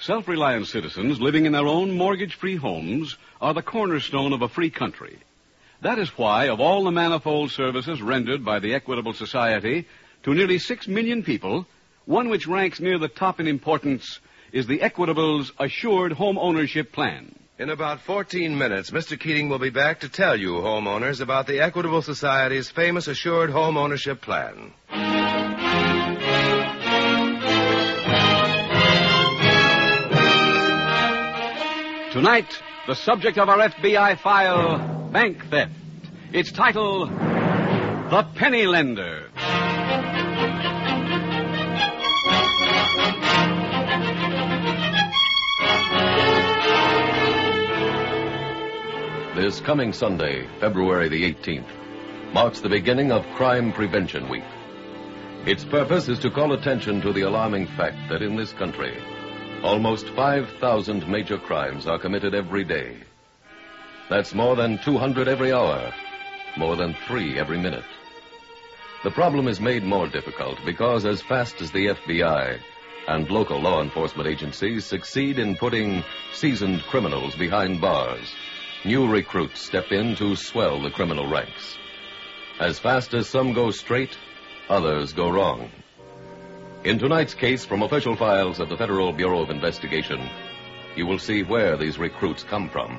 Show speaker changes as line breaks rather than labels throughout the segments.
Self reliant citizens living in their own mortgage free homes are the cornerstone of a free country. That is why, of all the manifold services rendered by the Equitable Society to nearly six million people, one which ranks near the top in importance is the Equitable's Assured Home Ownership Plan.
In about 14 minutes, Mr. Keating will be back to tell you, homeowners, about the Equitable Society's famous Assured Home Ownership Plan.
Tonight, the subject of our FBI file, bank theft. Its title, The Penny Lender.
This coming Sunday, February the 18th, marks the beginning of Crime Prevention Week. Its purpose is to call attention to the alarming fact that in this country, almost 5,000 major crimes are committed every day. That's more than 200 every hour, more than three every minute. The problem is made more difficult because as fast as the FBI and local law enforcement agencies succeed in putting seasoned criminals behind bars, new recruits step in to swell the criminal ranks. As fast as some go straight, others go wrong. In tonight's case from official files of the Federal Bureau of Investigation, you will see where these recruits come from.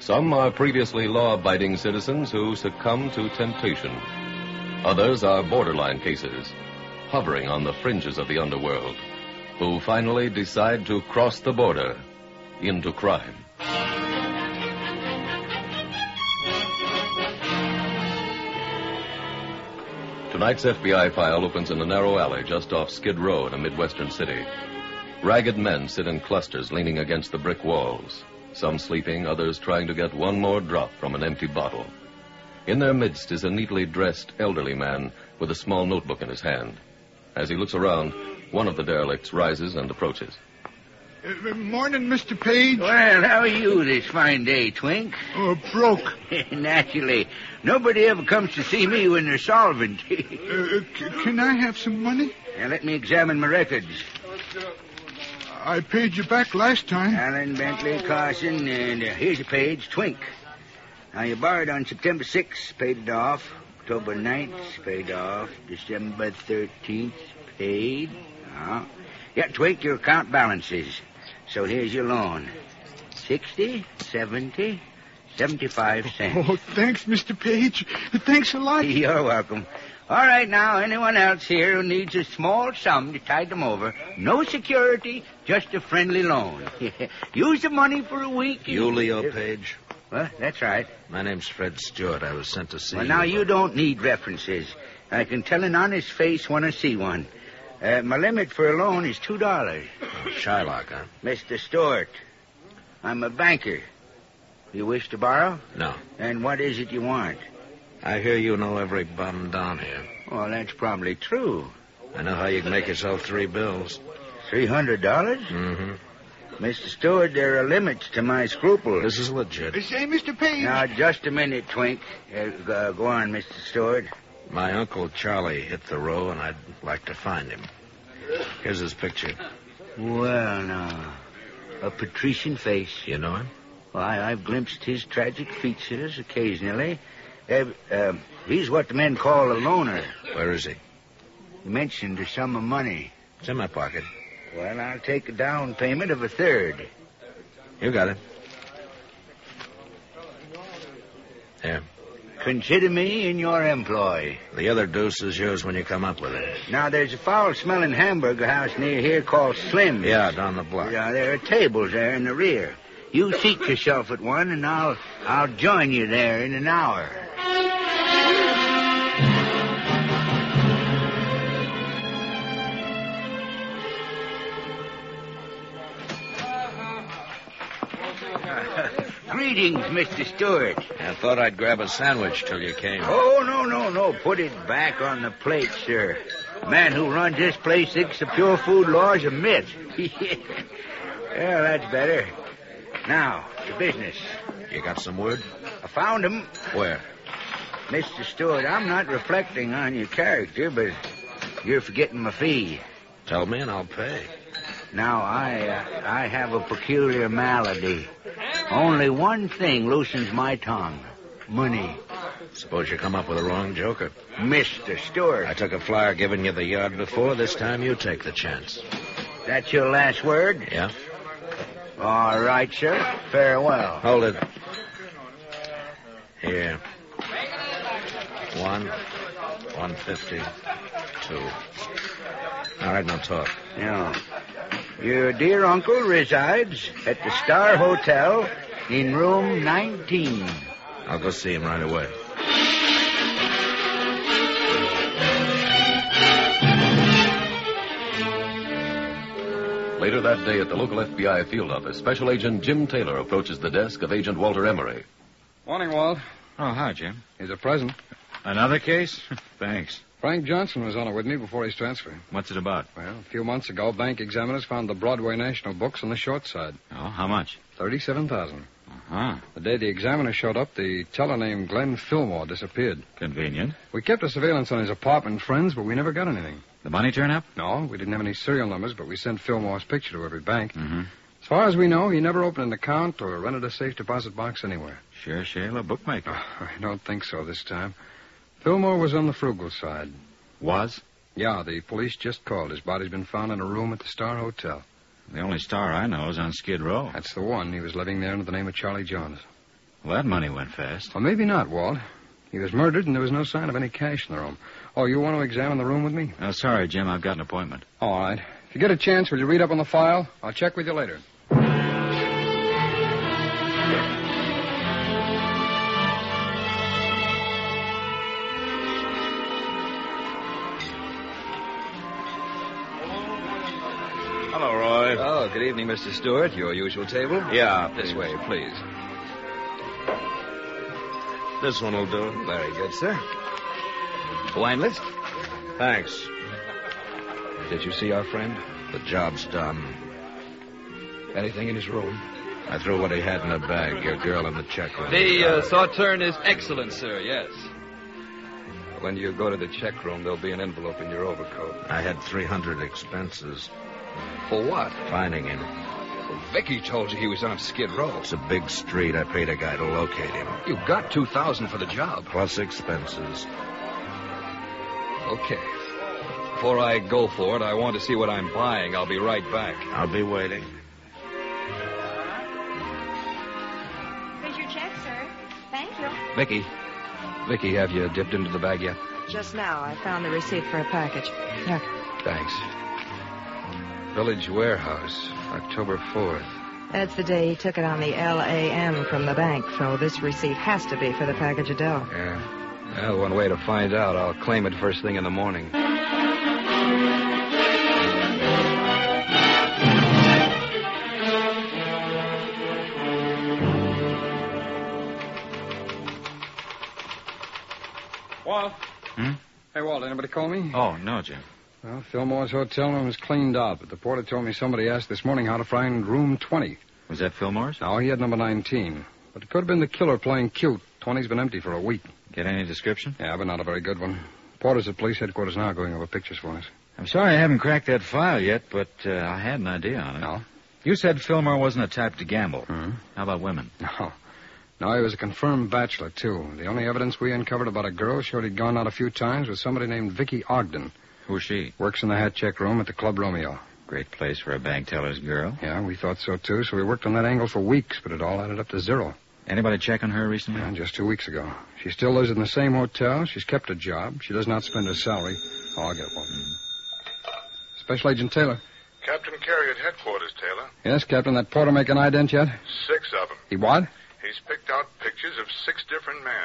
Some are previously law abiding citizens who succumb to temptation. Others are borderline cases, hovering on the fringes of the underworld, who finally decide to cross the border into crime. Tonight's FBI file opens in a narrow alley just off Skid Row in a Midwestern city. Ragged men sit in clusters leaning against the brick walls, some sleeping, others trying to get one more drop from an empty bottle. In their midst is a neatly dressed elderly man with a small notebook in his hand. As he looks around, one of the derelicts rises and approaches.
Uh, morning, Mr. Page.
Well, how are you this fine day, Twink?
Uh, broke.
Naturally. Nobody ever comes to see me when they're solvent.
Uh, c- can I have some money?
now, let me examine my records.
I paid you back last time.
Allen, Bentley, Carson, and uh, here's a page, Twink. Now, you borrowed on September 6th, paid it off. October 9th, paid off. December 13th, paid. Uh, yeah, Twink, your account balances. So here's your loan. 60, 70, 75 cents.
Oh, thanks, Mr. Page. Thanks a lot.
You're welcome. All right, now, anyone else here who needs a small sum to tide them over, no security, just a friendly loan. Use the money for a week. and-
You, Leo Page.
Well, that's right.
My name's Fred Stewart. I was sent to see
Well,
you.
now, you don't need references. I can tell an honest face when I see one. Uh, my limit for a loan is $2.
Oh, Shylock, huh?
Mr. Stewart, I'm a banker. You wish to borrow?
No.
And what is it you want?
I hear you know every bum down here.
Well, that's probably true.
I know how you can make yourself three bills.
$300?
Mm-hmm.
Mr. Stewart, there are limits to my scruples.
This is legit.
Say, Mr. Page.
Now, just a minute, Twink. Uh, g- uh, go on, Mr. Stewart.
My uncle Charlie hit the row, and I'd like to find him. Here's his picture.
Well, now. A patrician face.
You know him?
Why, I've glimpsed his tragic features occasionally. Eh, um, he's what the men call a loner.
Where is he?
You mentioned a sum of money.
It's in my pocket.
Well, I'll take a down payment of a third.
You got it. Here.
Consider me in your employ.
The other deuce is yours when you come up with it.
Now, there's a foul-smelling hamburger house near here called Slim's.
Yeah, down the block.
Yeah, there are tables there in the rear. You seat yourself at one, and I'll I'll join you there in an hour. Greetings, Mr. Stewart.
I thought I'd grab a sandwich till you came.
Oh, no, no, no. Put it back on the plate, sir. The man who runs this place thinks the pure food law is a myth. well, that's better. Now, the business.
You got some word?
I found him.
Where?
Mr. Stewart, I'm not reflecting on your character, but you're forgetting my fee.
Tell me and I'll pay.
Now, I, uh, I have a peculiar malady. Only one thing loosens my tongue. Money.
Suppose you come up with a wrong joker.
Mr. Stewart,
I took a flyer giving you the yard before. This time you take the chance.
that's your last word?
Yeah?
All right, sir. Farewell.
Hold it. Here. One. One fifty. Two. All right, now talk.
Now, your dear uncle resides at the Star Hotel in room 19.
I'll go see him right away.
Later that day at the local FBI field office, Special Agent Jim Taylor approaches the desk of Agent Walter Emery.
Morning, Walt.
Oh, hi, Jim.
Here's a present.
Another case? Thanks.
Frank Johnson was on it with me before his transfer.
What's it about?
Well, a few months ago, bank examiners found the Broadway National books on the short side,
Oh, how much?
thirty-seven thousand.
Uh-huh.
The day the examiner showed up, the teller named Glenn Fillmore disappeared.
Convenient.
We kept a surveillance on his apartment friends, but we never got anything.
The money turn up?
No, we didn't have any serial numbers, but we sent Fillmore's picture to every bank.
Mm-hmm.
As far as we know, he never opened an account or rented a safe deposit box anywhere.
Sure, Shayla, bookmaker.
I don't think so this time. Fillmore was on the frugal side.
Was?
Yeah, the police just called. His body's been found in a room at the Star Hotel.
The only star I know is on Skid Row.
That's the one. He was living there under the name of Charlie Jones.
Well, that money went fast.
Or maybe not, Walt. He was murdered, and there was no sign of any cash in the room. Oh, you want to examine the room with me?
Oh, sorry, Jim. I've got an appointment.
All right. If you get a chance, will you read up on the file? I'll check with you later.
Hello, Roy.
Oh, good evening, Mr. Stewart. Your usual table?
Yeah,
This way, please.
This one will do.
Very good, sir. Wine list?
Thanks.
Did you see our friend?
The job's done.
Anything in his room?
I threw what he had in the bag, your girl in the check room.
The uh, sauterne is excellent, sir, yes. When you go to the check room, there'll be an envelope in your overcoat.
I had 300 expenses.
For what?
Finding him.
Vicky told you he was on Skid Row.
It's a big street. I paid a guy to locate him.
You got 2000 for the job.
Plus expenses.
Okay. Before I go for it, I want to see what I'm buying. I'll be right back.
I'll be waiting.
Here's your check, sir. Thank you.
Vicky. Vicky, have you dipped into the bag yet?
Just now, I found the receipt for a package. Here.
Thanks. Village Warehouse, October 4th.
That's the day he took it on the LAM from the bank, so this receipt has to be for the package of dough.
Yeah. Well, one way to find out. I'll claim it first thing in the morning.
Walt?
Hmm?
Hey, Walt, anybody call me?
Oh, no, Jim.
Well, Fillmore's hotel room is cleaned out, but the porter told me somebody asked this morning how to find room 20.
Was that Fillmore's?
Now, he had number 19. But it could have been the killer playing cute. 20's been empty for a week.
Get any description?
Yeah, but not a very good one. Porter's at police headquarters now going over pictures for us.
I'm sorry I haven't cracked that file yet, but uh, I had an idea on it.
No?
You said Fillmore wasn't a type to gamble. How about women?
No. No, he was a confirmed bachelor, too. The only evidence we uncovered about a girl showed he'd gone out a few times with somebody named Vicky Ogden.
Who's she?
Works in the hat check room at the Club Romeo.
Great place for a bank teller's girl.
Yeah, we thought so, too, so we worked on that angle for weeks, but it all added up to zero.
Anybody check on her recently?
Yeah, just two weeks ago. She still lives in the same hotel. She's kept her job. She does not spend her salary. Oh, I'll get one. Special Agent Taylor.
Captain Carey at headquarters, Taylor.
Yes, Captain, that porter make an ident yet?
Six of them.
He what?
He's picked out pictures of six different men.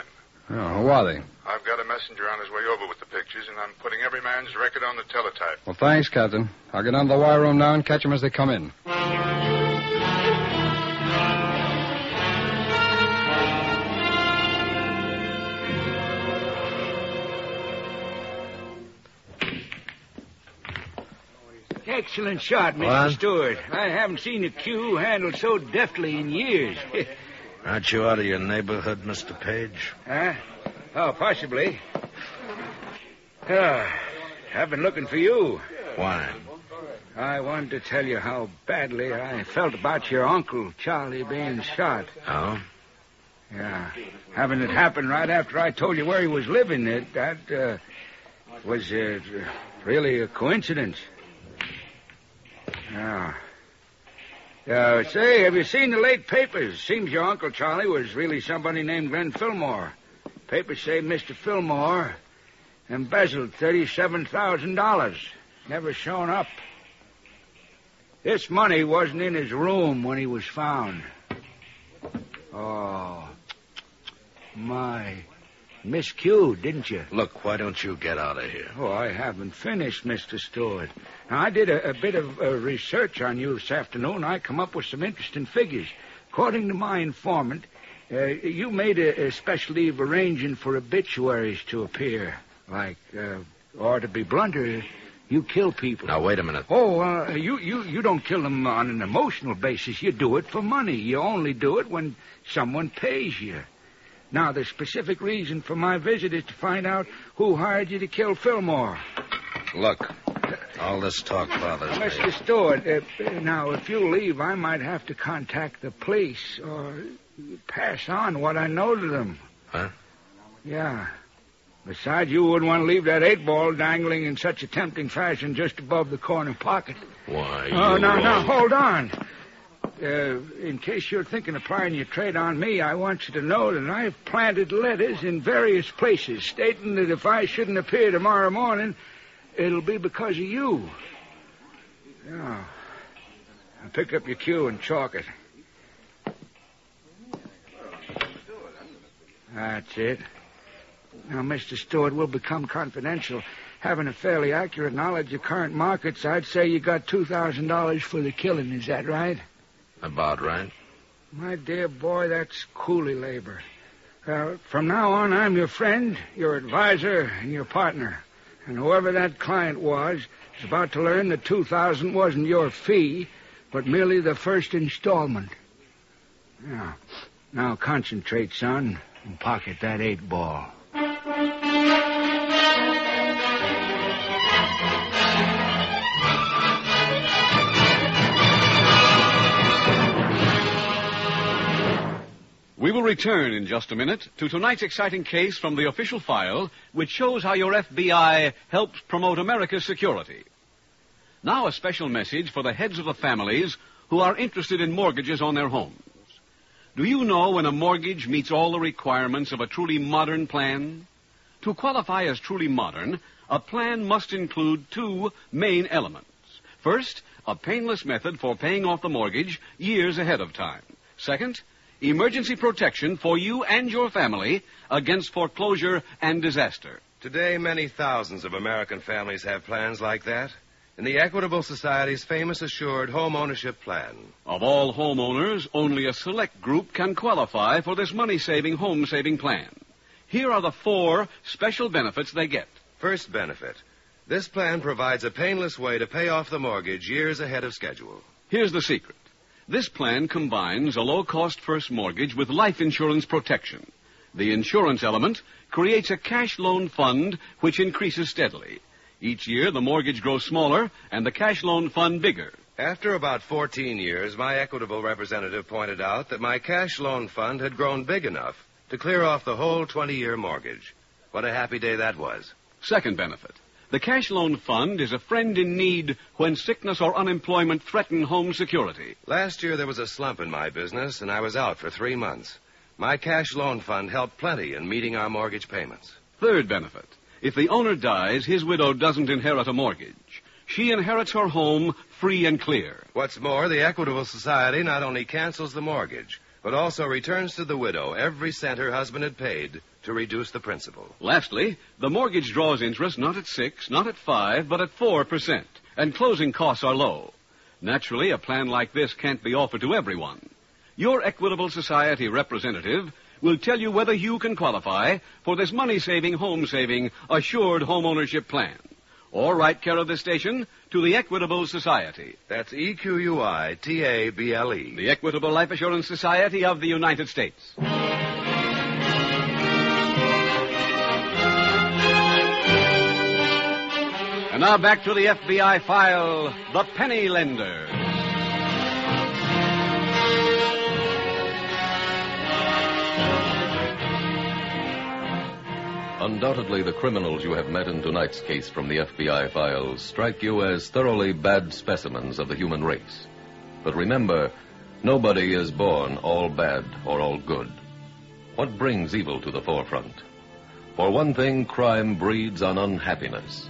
Oh, who are they?
I've got a messenger on his way over with the pictures, and I'm putting every man's record on the teletype.
Well, thanks, Captain. I'll get on to the wire room now and catch 'em as they come in.
Excellent shot, Mr.
What?
Stewart. I haven't seen a cue handled so deftly in years.
Aren't you out of your neighborhood, Mr. Page?
huh? Oh, possibly. Ah, I've been looking for you.
Why?
I wanted to tell you how badly I felt about your uncle, Charlie, being shot.
Oh?
Yeah. Having it happen right after I told you where he was living, it, that uh, was uh, really a coincidence. Yeah. Uh, say, have you seen the late papers? Seems your Uncle Charlie was really somebody named Glenn Fillmore. Papers say Mr. Fillmore embezzled $37,000. Never shown up. This money wasn't in his room when he was found. Oh, my. Miscued, didn't you?
Look, why don't you get out of here?
Oh, I haven't finished, Mr. Stewart. Now, I did a, a bit of uh, research on you this afternoon. I come up with some interesting figures. According to my informant, uh, you made a, a special leave arranging for obituaries to appear. Like, uh, or to be blunter, you kill people.
Now, wait a minute.
Oh, uh, you, you, you don't kill them on an emotional basis. You do it for money. You only do it when someone pays you. Now, the specific reason for my visit is to find out who hired you to kill Fillmore.
Look, all this talk bothers me.
Mr. Stewart, uh, now, if you leave, I might have to contact the police or pass on what I know to them.
Huh?
Yeah. Besides, you wouldn't want to leave that eight ball dangling in such a tempting fashion just above the corner pocket.
Why?
Oh,
you
now, now,
old-
hold on. Uh, in case you're thinking of plying your trade on me, I want you to know that I've planted letters in various places stating that if I shouldn't appear tomorrow morning, it'll be because of you. Now, now pick up your cue and chalk it. That's it. Now, Mr. Stewart, we'll become confidential. Having a fairly accurate knowledge of current markets, I'd say you got $2,000 for the killing. Is that right?
About right.
My dear boy, that's coolie labor. Uh, from now on, I'm your friend, your advisor, and your partner. And whoever that client was is about to learn that 2000 wasn't your fee, but merely the first installment. Now, now concentrate, son, and pocket that eight ball.
We will return in just a minute to tonight's exciting case from the official file, which shows how your FBI helps promote America's security. Now, a special message for the heads of the families who are interested in mortgages on their homes. Do you know when a mortgage meets all the requirements of a truly modern plan? To qualify as truly modern, a plan must include two main elements. First, a painless method for paying off the mortgage years ahead of time. Second, emergency protection for you and your family against foreclosure and disaster.
Today, many thousands of American families have plans like that. In the Equitable Society's famous assured home ownership plan.
Of all homeowners, only a select group can qualify for this money saving home saving plan. Here are the four special benefits they get.
First benefit this plan provides a painless way to pay off the mortgage years ahead of schedule.
Here's the secret this plan combines a low cost first mortgage with life insurance protection. The insurance element creates a cash loan fund which increases steadily. Each year, the mortgage grows smaller and the cash loan fund bigger.
After about 14 years, my equitable representative pointed out that my cash loan fund had grown big enough to clear off the whole 20 year mortgage. What a happy day that was.
Second benefit the Cash Loan Fund is a friend in need when sickness or unemployment threaten home security.
Last year, there was a slump in my business, and I was out for three months. My cash loan fund helped plenty in meeting our mortgage payments.
Third benefit if the owner dies, his widow doesn't inherit a mortgage. She inherits her home free and clear.
What's more, the Equitable Society not only cancels the mortgage, but also returns to the widow every cent her husband had paid to reduce the principal.
Lastly, the mortgage draws interest not at 6, not at 5, but at 4%, and closing costs are low. Naturally, a plan like this can't be offered to everyone. Your Equitable Society representative will tell you whether you can qualify for this money saving, home saving, assured home ownership plan. Or write care of the station to the Equitable Society.
That's E Q U I T A B L E.
The Equitable Life Assurance Society of the United States. And now back to the FBI file The Penny Lender.
Undoubtedly, the criminals you have met in tonight's case from the FBI files strike you as thoroughly bad specimens of the human race. But remember, nobody is born all bad or all good. What brings evil to the forefront? For one thing, crime breeds on unhappiness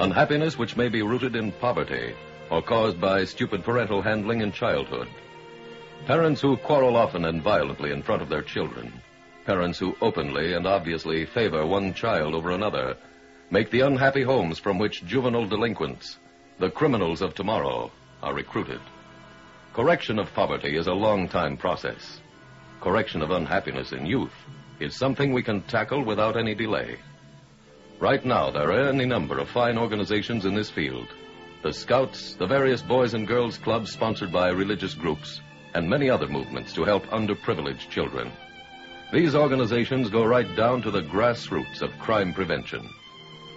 unhappiness which may be rooted in poverty or caused by stupid parental handling in childhood. Parents who quarrel often and violently in front of their children, parents who openly and obviously favor one child over another, make the unhappy homes from which juvenile delinquents, the criminals of tomorrow, are recruited. Correction of poverty is a long time process. Correction of unhappiness in youth is something we can tackle without any delay. Right now, there are any number of fine organizations in this field the Scouts, the various boys and girls clubs sponsored by religious groups, and many other movements to help underprivileged children. These organizations go right down to the grassroots of crime prevention.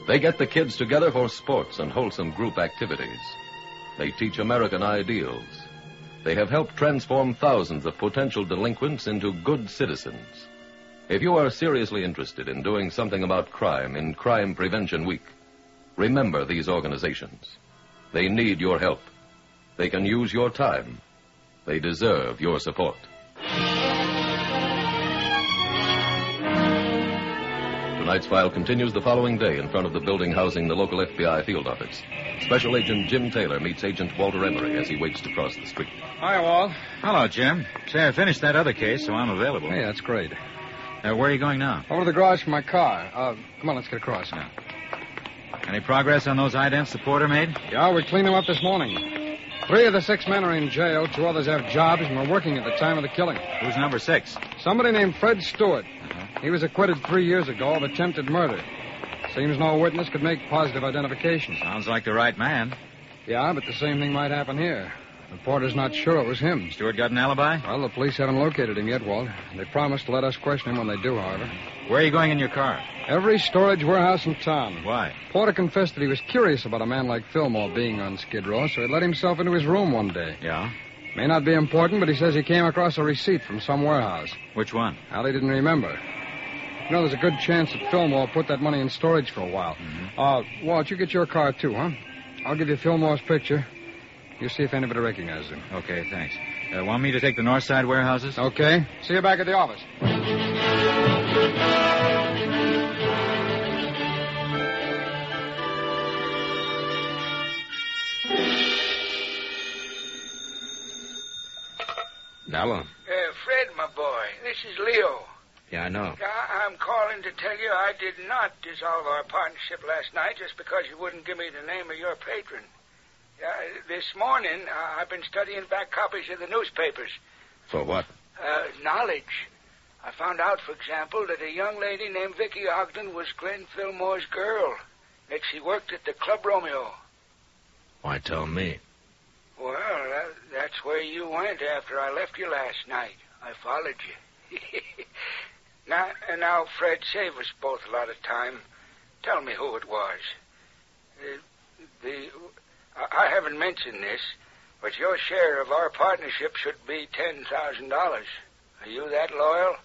They get the kids together for sports and wholesome group activities. They teach American ideals. They have helped transform thousands of potential delinquents into good citizens. If you are seriously interested in doing something about crime in Crime Prevention Week, remember these organizations. They need your help. They can use your time. They deserve your support. Tonight's file continues the following day in front of the building housing the local FBI field office. Special Agent Jim Taylor meets Agent Walter Emery as he waits to cross the street.
Hi, Walt. Hello, Jim. Say, I finished that other case, so I'm available.
Yeah, that's great.
Uh, where are you going now?
Over to the garage for my car. Uh, come on, let's get across.
Yeah. Any progress on those idents the porter made?
Yeah, we cleaned them up this
Uh,
morning. Three of the six men are in jail. Two others have jobs and were working at the time of the killing.
Who's number six?
Somebody named Fred Stewart. Uh-huh. He was acquitted three years ago of attempted murder. Seems no witness could make positive identification.
Sounds like the right man.
Yeah, but the same thing might happen here. The porter's not sure it was him.
Stewart got an alibi?
Well, the police haven't located him yet, Walt. They promised to let us question him when they do, however.
Where are you going in your car?
Every storage warehouse in town.
Why?
Porter confessed that he was curious about a man like Fillmore being on Skid Row, so he let himself into his room one day.
Yeah?
May not be important, but he says he came across a receipt from some warehouse.
Which one?
Well, he didn't remember. You know, there's a good chance that Fillmore put that money in storage for a while. Mm-hmm. Uh, Walt, you get your car, too, huh? I'll give you Fillmore's picture. You see if anybody recognizes him.
Okay, thanks. Uh, want me to take the north side warehouses?
Okay. See you back at the office.
Nello. Uh,
Fred, my boy, this is Leo.
Yeah, I know.
I- I'm calling to tell you I did not dissolve our partnership last night just because you wouldn't give me the name of your patron. Uh, this morning, uh, I've been studying back copies of the newspapers.
For what?
Uh, knowledge. I found out, for example, that a young lady named Vicky Ogden was Glenn Fillmore's girl, that she worked at the Club Romeo.
Why tell me?
Well, that, that's where you went after I left you last night. I followed you. now, now, Fred, save us both a lot of time. Tell Uh, me who it was. the, the I haven't mentioned this,
But your share of our partnership should be $10,000. Are you that loyal?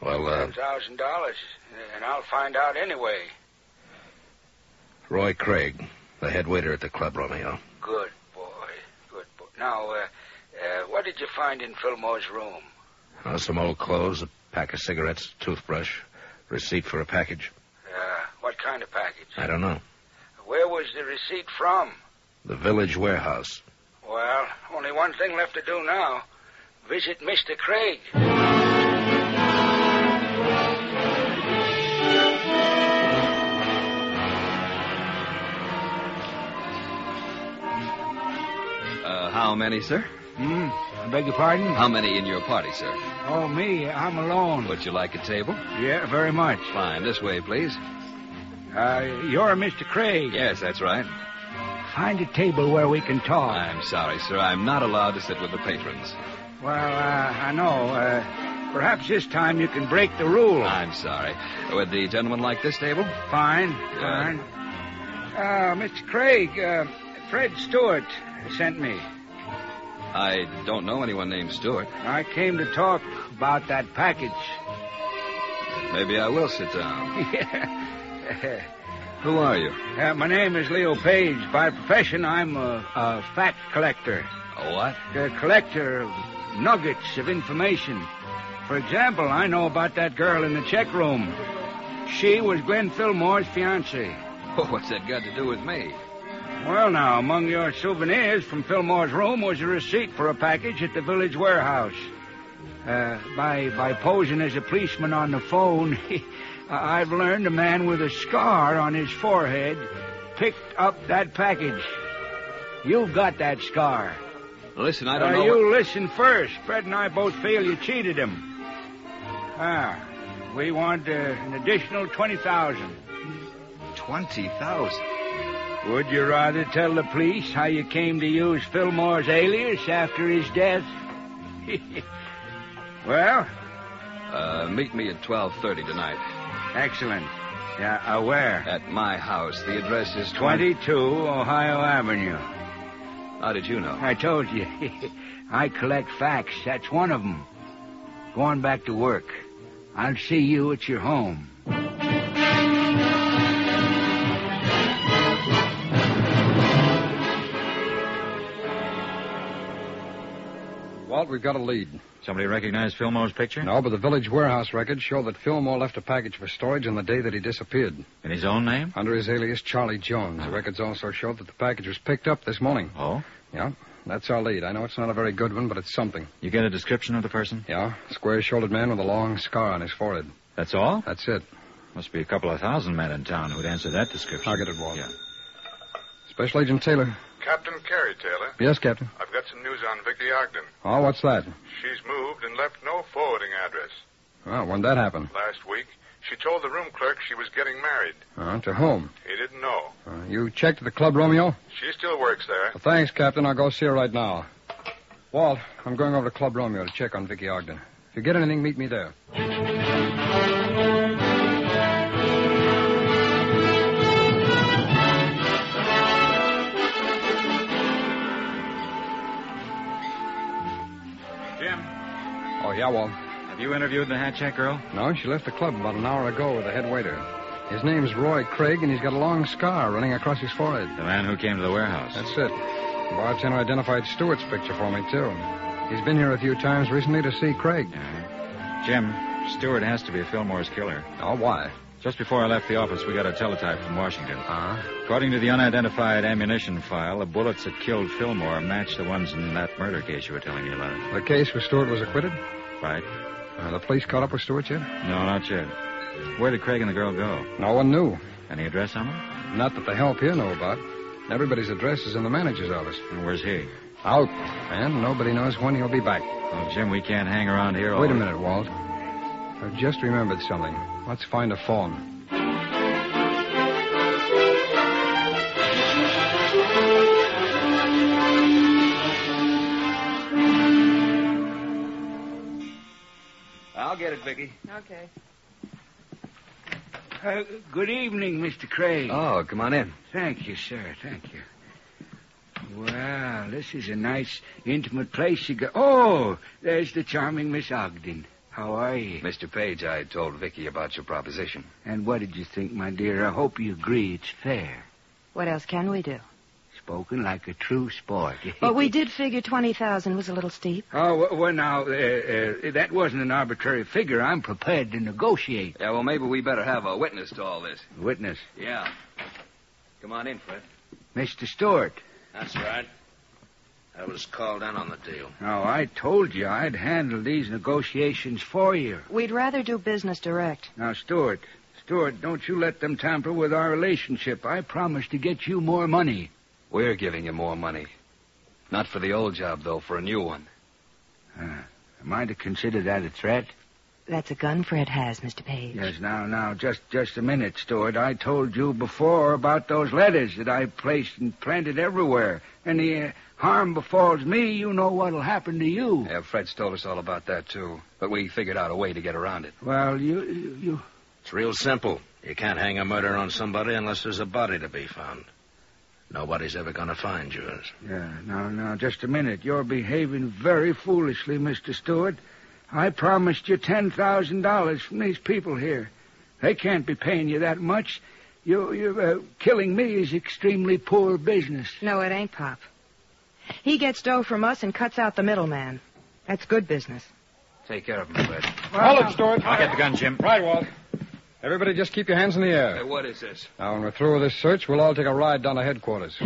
Well, uh,
$10,000, and I'll find out anyway.
Roy Craig, the head waiter at the Club Romeo.
Good boy. Good boy. Now, uh, uh, what did you find in Fillmore's room?
Uh, some old clothes, a pack of cigarettes, toothbrush, receipt for a package.
Uh, what kind of package?
I don't know.
Where was the receipt from?
The village warehouse.
Well, only one thing left to do now. Visit Mr. Craig.
Uh, how many, sir?
Hmm? I beg your pardon?
How many in your party, sir?
Oh, me, I'm alone.
Would you like a table?
Yeah, very much.
Fine. This way, please.
Uh, you're Mr. Craig.
Yes, that's right.
Find a table where we can talk.
I'm sorry, sir. I'm not allowed to sit with the patrons.
Well, uh, I know. Uh, perhaps this time you can break the rule.
I'm sorry. Would the gentleman like this table?
Fine, fine. Uh, Mr. Craig, uh, Fred Stewart sent me.
I don't know anyone named Stewart.
I came to talk about that package.
Maybe I will sit down.
Yeah.
Who are you?
Uh, my name is Leo Page. By profession, I'm a, a fat collector.
A what?
A uh, collector of nuggets of information. For example, I know about that girl in the check room. She was Glenn Fillmore's fiancée.
Oh, what's that got to do with me?
Well, now, among your souvenirs from Fillmore's room was a receipt for a package at the village warehouse. Uh, by by posing as a policeman on the phone, I- I've learned a man with a scar on his forehead picked up that package. You've got that scar.
Listen, I don't
Uh,
know.
You
what-
listen first. Fred and I both feel you cheated him. Ah, we want uh, an additional twenty thousand.
Twenty thousand.
Would you rather tell the police how you came to use Fillmore's alias after his death? well,
Uh, meet me at twelve thirty tonight.
Excellent. Yeah, uh, where?
At my house. The address is
22 Ohio Avenue.
How did you know?
I told you. I collect facts. That's one of them. Going back to work. I'll see you at your home.
Walt, we've got a lead.
Somebody recognize Fillmore's picture?
No, but the village warehouse records show that Fillmore left a package for storage on the day that he disappeared.
In his own name?
Under his alias Charlie Jones. The records also showed that the package was picked up this morning.
Oh?
Yeah, that's our lead. I know it's not a very good one, but it's something.
You get a description of the person?
Yeah, square-shouldered man with a long scar on his forehead.
That's all?
That's it.
Must be a couple of thousand men in town who would answer that description.
I'll get it, Walt.
Yeah.
Special Agent Taylor.
Captain Carey, Taylor.
Yes, Captain.
I've got some news on Vicky Ogden.
Oh, what's that?
She's moved and left no forwarding address.
Well, when'd that happen?
Last week, she told the room clerk she was getting married.
Uh, to whom?
He didn't know.
Uh, you checked the club, Romeo?
She still works there.
Well, thanks, Captain. I'll go see her right now. Walt, I'm going over to Club Romeo to check on Vicky Ogden. If you get anything, meet me there.
Jim.
Oh, yeah, Walt.
Have you interviewed the hat check girl?
No, she left the club about an hour ago with the head waiter. His name's Roy Craig, and he's got a long scar running across his forehead.
The man who came to the warehouse.
That's it. The bartender identified Stewart's picture for me, too. He's been here a few times recently to see Craig.
Jim, Stewart has to be Fillmore's killer.
Oh, why?
Just before I left the office, we got a teletype from Washington.
Uh-huh.
According to the unidentified ammunition file, the bullets that killed Fillmore matched the ones in that murder case you were telling me about.
The case where Stewart was acquitted?
Right?
Uh, the police caught up with Stewart yet?
No, not yet. Where did Craig and the girl go?
No one knew.
Any address on them?
Not that the help here know about. Everybody's address is in the manager's office.
And where's he?
Out. And nobody knows when he'll be back.
Well, Jim, we can't hang around here. all-
Wait a minute, Walt. I've just remembered something. Let's find a phone.
I'll get it, Vicky.
Okay.
Uh,
Oh.
good evening, Mr. Craig.
Oh, come on in.
Thank you, sir. Thank you. Well, this is a nice, intimate place you go. Oh, there's the charming Miss Ogden. How are you?
Mr. Page, I told Vicky about your proposition.
And what did you think, my dear? I hope you agree it's fair.
What else can we do?
Spoken like a true sport.
But we did figure 20,000 was a little steep.
Oh, well, well now, uh, uh, that wasn't an arbitrary figure. I'm prepared to negotiate.
Yeah, well, maybe we better have a witness to all this.
Witness,
Yeah. Come on in, Fred.
Mr. Stewart.
That's right. I was called in on the deal.
Now, I told you I'd handle these negotiations for you.
We'd rather do business direct.
Now, Stewart, Stewart, don't you let them tamper with our relationship. I promised to get you more money.
We're giving you more money. Not for the old job, though, for a new one.
Uh, am I to consider that a threat?
That's a gun Fred has, Mr. Page.
Yes, now, now, just just a minute, Stewart. I told you before about those letters that I placed and planted everywhere. Any uh, harm befalls me, you know what'll happen to you.
Yeah, Fred's told us all about that, too. But we figured out a way to get around it.
Well, you you
It's real simple. You can't hang a murder on somebody unless there's a body to be found. Nobody's ever going to find yours.
Yeah, now, now, just a minute. You're behaving very foolishly, Mr. Stewart. I promised you $10,000 from these people here. They can't be paying you that much. You, you're uh, killing me is extremely poor business.
No, it ain't, Pop. He gets dough from us and cuts out the middleman. That's good business.
Take care of him, Fred.
Hold it, Stewart.
I'll get the gun, Jim.
Right, Walt. Everybody just keep your hands in the air.
Hey, what is this?
Now, when we're through with this search, we'll all take a ride down to headquarters.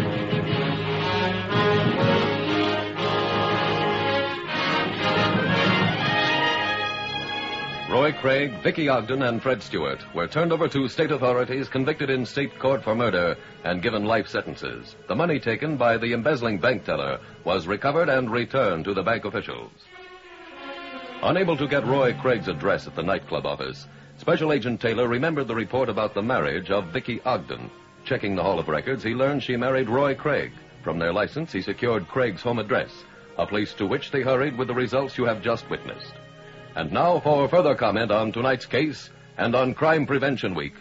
Roy Craig, Vicky Ogden, and Fred Stewart were turned over to state authorities, convicted in state court for murder, and given life sentences. The money taken by the embezzling bank teller was recovered and returned to the bank officials. Unable to get Roy Craig's address at the nightclub office, Special Agent Taylor remembered the report about the marriage of Vicky Ogden. Checking the Hall of Records, he learned she married Roy Craig. From their license, he secured Craig's home address, a place to which they hurried with the results you have just witnessed. And now for further comment on tonight's case and on Crime Prevention Week,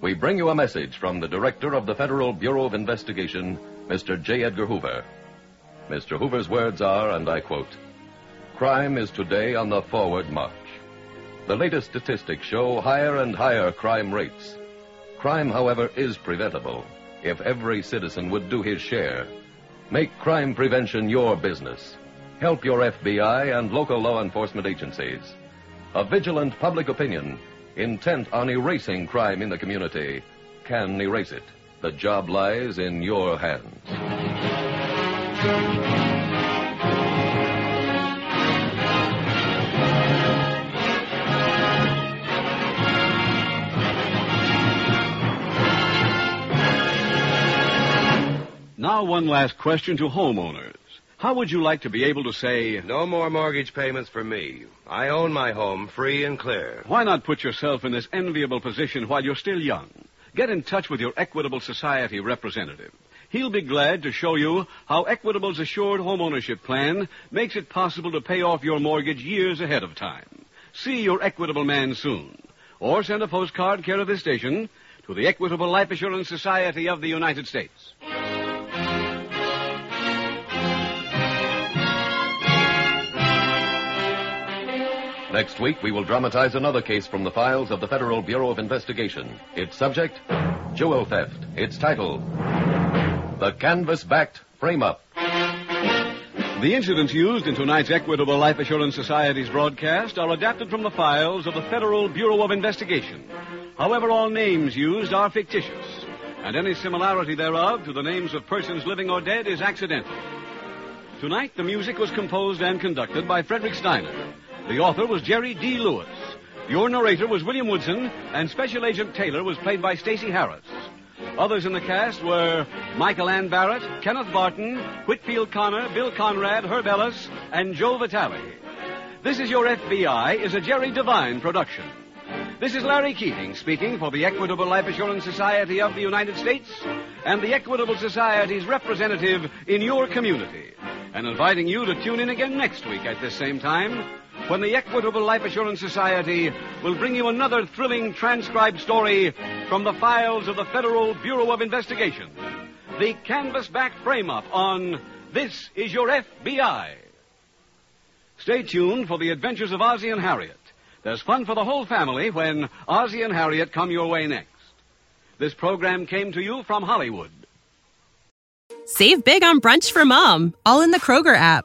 we bring you a message from the Director of the Federal Bureau of Investigation, Mr. J. Edgar Hoover. Mr. Hoover's words are, and I quote, Crime is today on the forward march. The latest statistics show higher and higher crime rates. Crime, however, is preventable if every citizen would do his share. Make crime prevention your business. Help your FBI and local law enforcement agencies. A vigilant public opinion intent on erasing crime in the community can erase it. The job lies in your hands.
Now, one last question to homeowners. How would you like to be able to say,
No more mortgage payments for me. I own my home free and clear.
Why not put yourself in this enviable position while you're still young? Get in touch with your Equitable Society representative. He'll be glad to show you how Equitable's assured homeownership plan makes it possible to pay off your mortgage years ahead of time. See your Equitable man soon. Or send a postcard care of this station to the Equitable Life Assurance Society of the United States.
Next week, we will dramatize another case from the files of the Federal Bureau of Investigation. Its subject, jewel theft. Its title, The Canvas Backed Frame Up.
The incidents used in tonight's Equitable Life Assurance Society's broadcast are adapted from the files of the Federal Bureau of Investigation. However, all names used are fictitious, and any similarity thereof to the names of persons living or dead is accidental. Tonight, the music was composed and conducted by Frederick Steiner. The author was Jerry D. Lewis. Your narrator was William Woodson, and Special Agent Taylor was played by Stacey Harris. Others in the cast were Michael Ann Barrett, Kenneth Barton, Whitfield Connor, Bill Conrad, Herb Ellis, and Joe Vitale. This is Your FBI is a Jerry Devine production. This is Larry Keating speaking for the Equitable Life Assurance Society of the United States and the Equitable Society's representative in your community, and inviting you to tune in again next week at this same time when the Equitable Life Assurance Society will bring you another thrilling transcribed story from the files of the Federal Bureau of Investigation. The Canvasback Frame Up on This is your FBI. Stay tuned for the adventures of Ozzie and Harriet. There's fun for the whole family when Ozzie and Harriet come your way next. This program came to you from Hollywood.
Save big on brunch for mom, all in the Kroger app.